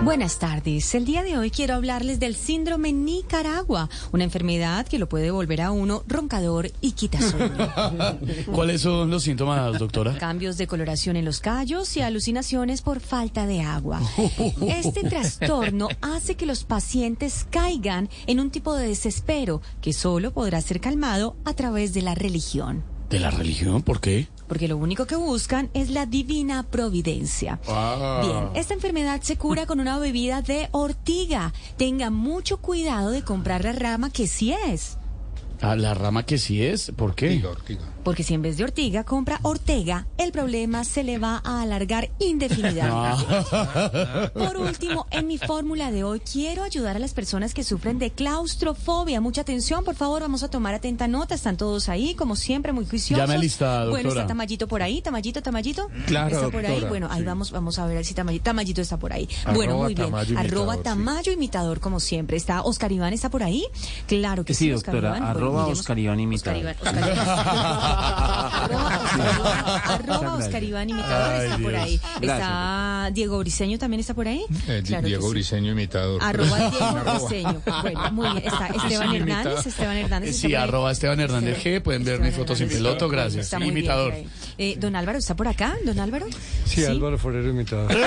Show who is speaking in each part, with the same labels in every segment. Speaker 1: Buenas tardes. El día de hoy quiero hablarles del síndrome Nicaragua, una enfermedad que lo puede volver a uno roncador y quitasueño.
Speaker 2: ¿Cuáles son los síntomas, doctora?
Speaker 1: Cambios de coloración en los callos y alucinaciones por falta de agua. Este trastorno hace que los pacientes caigan en un tipo de desespero que solo podrá ser calmado a través de la religión.
Speaker 2: ¿De la religión? ¿Por qué?
Speaker 1: porque lo único que buscan es la divina providencia.
Speaker 2: Ah.
Speaker 1: Bien, esta enfermedad se cura con una bebida de ortiga. Tenga mucho cuidado de comprar la rama que sí es.
Speaker 2: Ah, la rama que sí es, ¿por qué?
Speaker 1: Porque si en vez de ortiga compra ortega, el problema se le va a alargar indefinidamente. Por último, en mi fórmula de hoy quiero ayudar a las personas que sufren de claustrofobia. Mucha atención, por favor, vamos a tomar atenta nota. Están todos ahí, como siempre, muy juiciosos.
Speaker 2: Ya me alista,
Speaker 1: Bueno,
Speaker 2: doctora.
Speaker 1: está Tamayito por ahí, Tamayito, Tamayito.
Speaker 3: Claro,
Speaker 1: Está por ahí,
Speaker 3: doctora,
Speaker 1: bueno, ahí
Speaker 3: sí.
Speaker 1: vamos, vamos a ver si Tamayito, Tamayito está por ahí. bueno,
Speaker 3: Arroba
Speaker 1: muy bien.
Speaker 3: Tamayo imitador,
Speaker 1: arroba
Speaker 3: sí.
Speaker 1: Tamayo imitador, como siempre. Está Oscar Iván, ¿está por ahí? Claro que sí,
Speaker 4: Sí, doctora,
Speaker 1: Oscar Iván. Bueno,
Speaker 4: arroba
Speaker 1: miremos-
Speaker 4: Oscar Iván
Speaker 1: Oscar
Speaker 4: imitador.
Speaker 1: Iván, Oscar Arroba arroba
Speaker 4: Muchas
Speaker 1: Oscar
Speaker 4: gracias.
Speaker 1: Iván Imitador
Speaker 2: Ay,
Speaker 1: está por
Speaker 2: Dios.
Speaker 1: ahí.
Speaker 4: Gracias,
Speaker 1: Está Diego Briseño también está por ahí.
Speaker 3: Eh, Di-
Speaker 1: Claro que
Speaker 3: Diego
Speaker 1: sí.
Speaker 3: Briseño imitador.
Speaker 1: Arroba Diego Briseño. Bueno, muy bien. Está Esteban
Speaker 3: Sí,
Speaker 1: Hernández.
Speaker 3: imitador.
Speaker 1: Esteban Hernández. está
Speaker 2: Ah. Sí,
Speaker 1: por ahí.
Speaker 2: arroba Esteban Hernández G. Pueden ver mis
Speaker 1: Esteban
Speaker 2: fotos sin
Speaker 1: Hernández.
Speaker 2: piloto, gracias.
Speaker 1: Está muy bien
Speaker 2: Imitador.
Speaker 1: por ahí. Eh, don Álvaro, ¿está por acá? ¿Don Álvaro?
Speaker 5: Sí, Álvaro Forero imitador.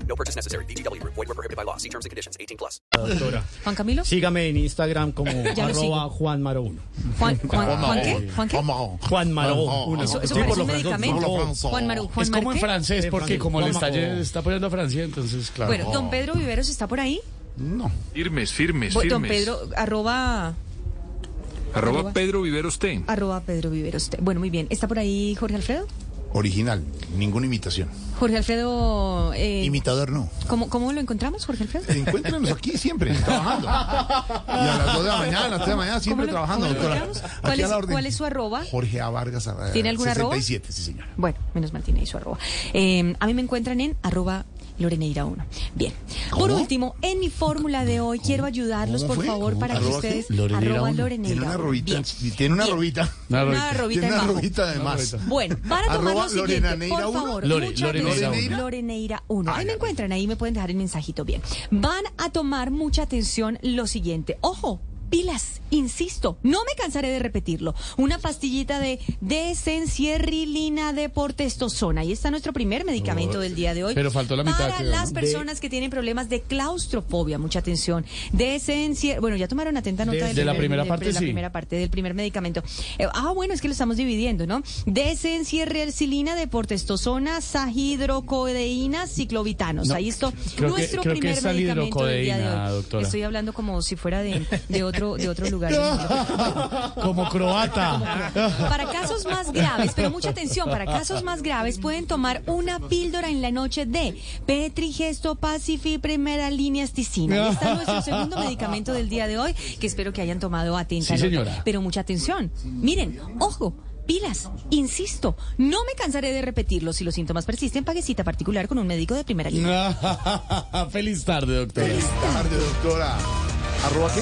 Speaker 6: No purchase necessary. VGW Group. Void were prohibited by law. See terms and conditions. 18 plus.
Speaker 1: Juan Camilo.
Speaker 7: Sígame en Instagram como
Speaker 1: Ya lo sigo.
Speaker 7: arroba Juan Maro 1.
Speaker 1: Juan, Juan, Juan, ¿qué? Juan, ¿qué?
Speaker 7: Juan Maro 1.
Speaker 1: Eso, eso parece un medicamento.
Speaker 2: francés.
Speaker 1: Juan Maru, Juan
Speaker 2: Es como en
Speaker 1: Marqué.
Speaker 2: francés, porque como le está,
Speaker 7: Vamos.
Speaker 2: está poniendo Francia, entonces, claro. Oh.
Speaker 1: Bueno, don Pedro Viveros está por ahí.
Speaker 3: Firmes, firmes,
Speaker 1: Bo- Don Pedro, arroba,
Speaker 3: Arroba Pedro Vivero usted.
Speaker 1: arroba Pedro Viveros. Bueno, muy bien. ¿Está por ahí Jorge Alfredo?
Speaker 8: Original, ninguna imitación.
Speaker 1: Jorge Alfredo, eh,
Speaker 8: Imitador no.
Speaker 1: ¿cómo, ¿cómo lo encontramos, Jorge Alfredo?
Speaker 8: Encuéntrenos aquí siempre, trabajando. Y a las 2 de la mañana, a las 3 de la mañana,
Speaker 1: ¿Cómo
Speaker 8: siempre
Speaker 1: lo-
Speaker 8: trabajando,
Speaker 1: cómo lo
Speaker 8: doctora.
Speaker 1: encontramos?
Speaker 8: Aquí
Speaker 1: ¿Cuál
Speaker 8: a
Speaker 1: es-
Speaker 8: la orden.
Speaker 1: cuál es su arroba?
Speaker 8: Jorge A. Vargas. eh,
Speaker 1: ¿Tiene alguna arroba?
Speaker 8: 67, sí, señora.
Speaker 1: Bueno, menos mal tiene ahí su arroba. Eh, a mí me encuentran en arroba loreneira1. Bien. Por
Speaker 8: ¿Cómo?
Speaker 1: último, en mi fórmula de hoy quiero ayudarlos, por
Speaker 8: ¿Cómo fue?
Speaker 1: favor,
Speaker 8: ¿Cómo?
Speaker 1: para que
Speaker 8: ¿Arroba
Speaker 1: ustedes...
Speaker 2: qué? Loreneira
Speaker 1: arroba
Speaker 2: uno.
Speaker 1: loreneira
Speaker 8: Tiene una
Speaker 1: uno.
Speaker 8: arrobita.
Speaker 1: Bien.
Speaker 8: Tiene una arrobita.
Speaker 2: Una
Speaker 1: Una
Speaker 2: arrobita.
Speaker 1: arrobita
Speaker 8: Tiene una
Speaker 1: en bajo.
Speaker 8: arrobita de más.
Speaker 1: Bueno, para tomar
Speaker 8: Arroba
Speaker 1: lo siguiente,
Speaker 8: Loreneira
Speaker 1: por
Speaker 8: uno.
Speaker 1: favor,
Speaker 2: Lore-
Speaker 1: mucha
Speaker 2: Loreneira
Speaker 1: atención.
Speaker 2: uno.
Speaker 1: Loreneira 1. Ahí me
Speaker 8: Hágale.
Speaker 1: encuentran, ahí me pueden dejar el mensajito bien. Van a tomar mucha atención lo siguiente. Ojo, pilas, insisto, no me cansaré de repetirlo. Una pastillita de desencierrilina de portestosona. Y está nuestro primer medicamento del día de hoy.
Speaker 2: Oh, Pero faltó la mitad,
Speaker 1: Para
Speaker 2: creo, ¿no?
Speaker 1: las personas que tienen problemas de claustrofobia, mucha atención. Desencier... Bueno, ya tomaron atenta nota
Speaker 2: De la primera parte,
Speaker 1: la
Speaker 2: sí.
Speaker 1: primera parte del primer medicamento. Eh, ah, bueno, es que lo estamos dividiendo, ¿no? Desencierrealcilina, deportestosona, sahidrocodeína, ciclovitanos.
Speaker 2: No,
Speaker 1: Ahí esto.
Speaker 2: creo que-
Speaker 1: nuestro
Speaker 2: creo que
Speaker 1: primer
Speaker 2: es
Speaker 1: medicamento del día de
Speaker 2: salidrocodeína,
Speaker 1: hoy.
Speaker 2: doctora.
Speaker 1: Estoy hablando como si fuera de, de otro, de otro lugar.
Speaker 2: Como croata.
Speaker 1: Para casos más graves, pero mucha atención, para casos más graves pueden tomar una píldora en la noche de Petrigesto Pacifi Primera Línea Asticina. Y está nuestro segundo medicamento del día de hoy, que espero que hayan tomado atenta.
Speaker 2: Sí,
Speaker 1: nota.
Speaker 2: señora.
Speaker 1: Pero mucha atención. Miren, ojo. Pilas, insisto, no me cansaré de repetirlo. Si los síntomas persisten, pague cita particular con un médico de primera línea.
Speaker 2: Feliz tarde, doctora.
Speaker 8: Feliz tarde, doctora. ¿Arroba qué?